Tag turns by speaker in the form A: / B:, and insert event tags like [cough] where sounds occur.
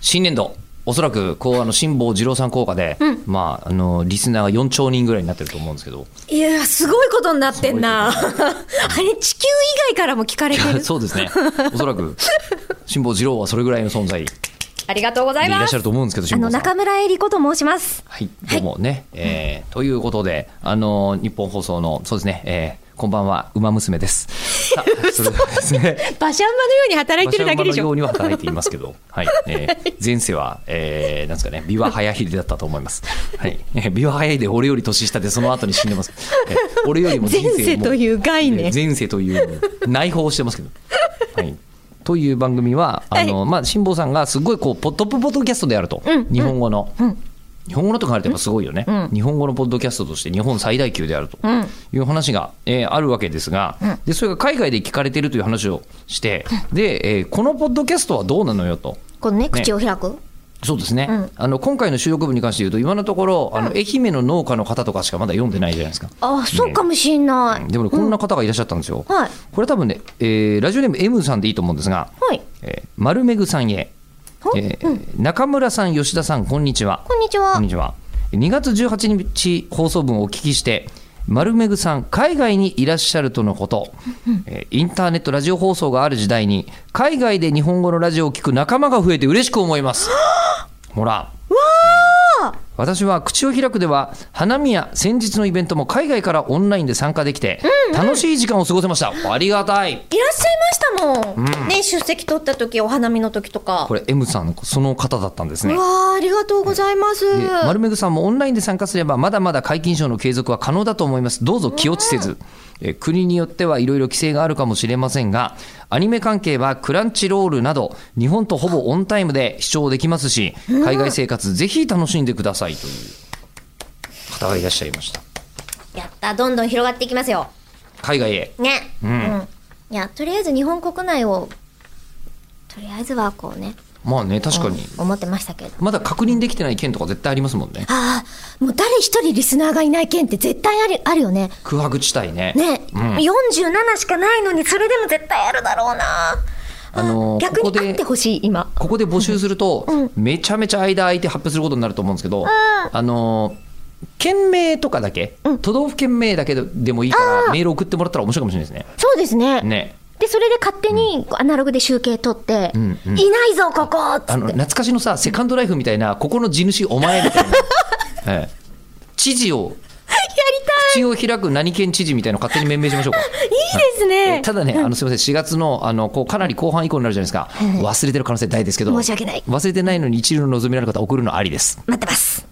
A: 新年度おそらくこうあの辛坊治郎さん効果で、まああのリスナーが4兆人ぐらいになってると思うんですけど
B: いやすごいことになってんな [laughs] あれ地球以外からも聞かれてる
A: そうですねおそらく辛坊治郎はそれぐらいの存在で
B: [laughs] ありがとうござ
A: い
B: い
A: ら
B: ま
A: っし
B: す
A: ゃると思うんですけど
B: あ
A: 辛
B: の
A: 坊さん
B: 中村恵里子と申します
A: はい、どうもね、えーということで、あのー日本放送の、そうですね、えーこんばんは、馬娘
B: [laughs]
A: です。さあ、それではですね、
B: 馬車馬のように働いてるだけでし
A: 馬車馬のよ
B: ょ
A: うには働いています
B: [laughs]
A: けど、はい、えー前世は、えーなんですかね、ビワハヤヒデだったと思い
B: [laughs]
A: ます。はい、えー、ビワハヤヒデ、俺より年下で、その後に死んでます。えー俺よりも人
B: 前
A: 生も
B: 世という概念
A: 前世という内包をして
B: [laughs]
A: ますけど。はいという番組は、あの、まあ、辛坊さんがすごいこう、ポットップポッドキャストであると、
B: うん
A: 日本語の。日本語のとかあるとやっぱすごいよね、日本語のポッドキャストとして日本最大級であると
B: ん
A: いう話が、えーあるわけですが、でそれが海外で聞かれてるという話をして、で、えーこのポッドキャストはどうなのよと。
B: このね
A: 口
B: を開く
A: そうですね、
B: ん
A: あの今回の収録部に関して言うと今のところあの愛媛の農家の方とかしかまだ読んでないじゃないですか
B: あそうかもしんな
A: で
B: い
A: もねこんな方がいらっしゃったんですよ、
B: はい
A: これ多分ね、えーラジオネーム M さんでいいと思うんですが、
B: はい
A: えー丸めぐさんへ、
B: ほ
A: えー中村さん吉田さんこんにちは
B: こんにち
A: こ
B: は
A: んにちは。2月18日放送分をお聞きして、丸めぐさん、海外にいらっしゃるとの
B: [laughs]
A: こと、えーインターネットラジオ放送がある時代に、海外で日本語のラジオを聞く仲間が増えて嬉しく思い
B: [gasps]
A: ます。ほら。私は口を開くでは花見や先日のイベントも海外からオンラインで参加できて楽しい時間を過ごせました、ありがたい
B: いらっしゃいましたもん、ね出席取った時お花見の時とか
A: これ M さんその方だったんですね
B: うわあありがとうございます、
A: で丸めぐさんもオンラインで参加すればまだまだ皆勤賞の継続は可能だと思いますどうぞ気落ちせず、えー国によってはいろいろ規制があるかもしれませんがアニメ関係はクランチロールなど日本とほぼオンタイムで視聴できますし海外生活ぜひ楽しんでくださいという方がいらっしゃいました
B: やったどんどん広がっていきますよ
A: 海外へ
B: ね、
A: うん
B: いやとりあえず日本国内をとりあえずはこうね
A: まあね確かに
B: うん思ってましたけど
A: まだ確認できてない県とか絶対ありますもんね
B: ああもう誰一人リスナーがいない県って絶対あるあるよね
A: 空白地帯ね
B: ね、
A: うん
B: 47しかないのにそれでも絶対あるだろうな
A: あのー
B: 逆
A: ここ
B: に
A: で
B: あってほしい今
A: ここで募集すると、めちゃめちゃ間空いて発表することになると思うんですけど、あのー県名とかだけ、都道府県名だけでもいいから、メール送ってもらったら面白いかもしれないです
B: そうですね
A: ね。ね。
B: でそれで勝手にアナログで集計取って、
A: んうん
B: いないぞここっつ
A: あの、
B: って
A: 懐かしのさ、セカンドライフみたいな、ここの地主お前みたいな。
B: [laughs]
A: ええ知事を、口を開く何県知事みたいなの勝手に命名しま
B: [laughs]
A: しょうか。
B: いいですね、
A: ただね、あのすみません、4月のあのこうかなり後半以降になるじゃないですか、忘れてる可能性大ですけど、
B: 申し訳ない
A: 忘れてないのに一流の望みのある方、送るのありです。
B: 待ってます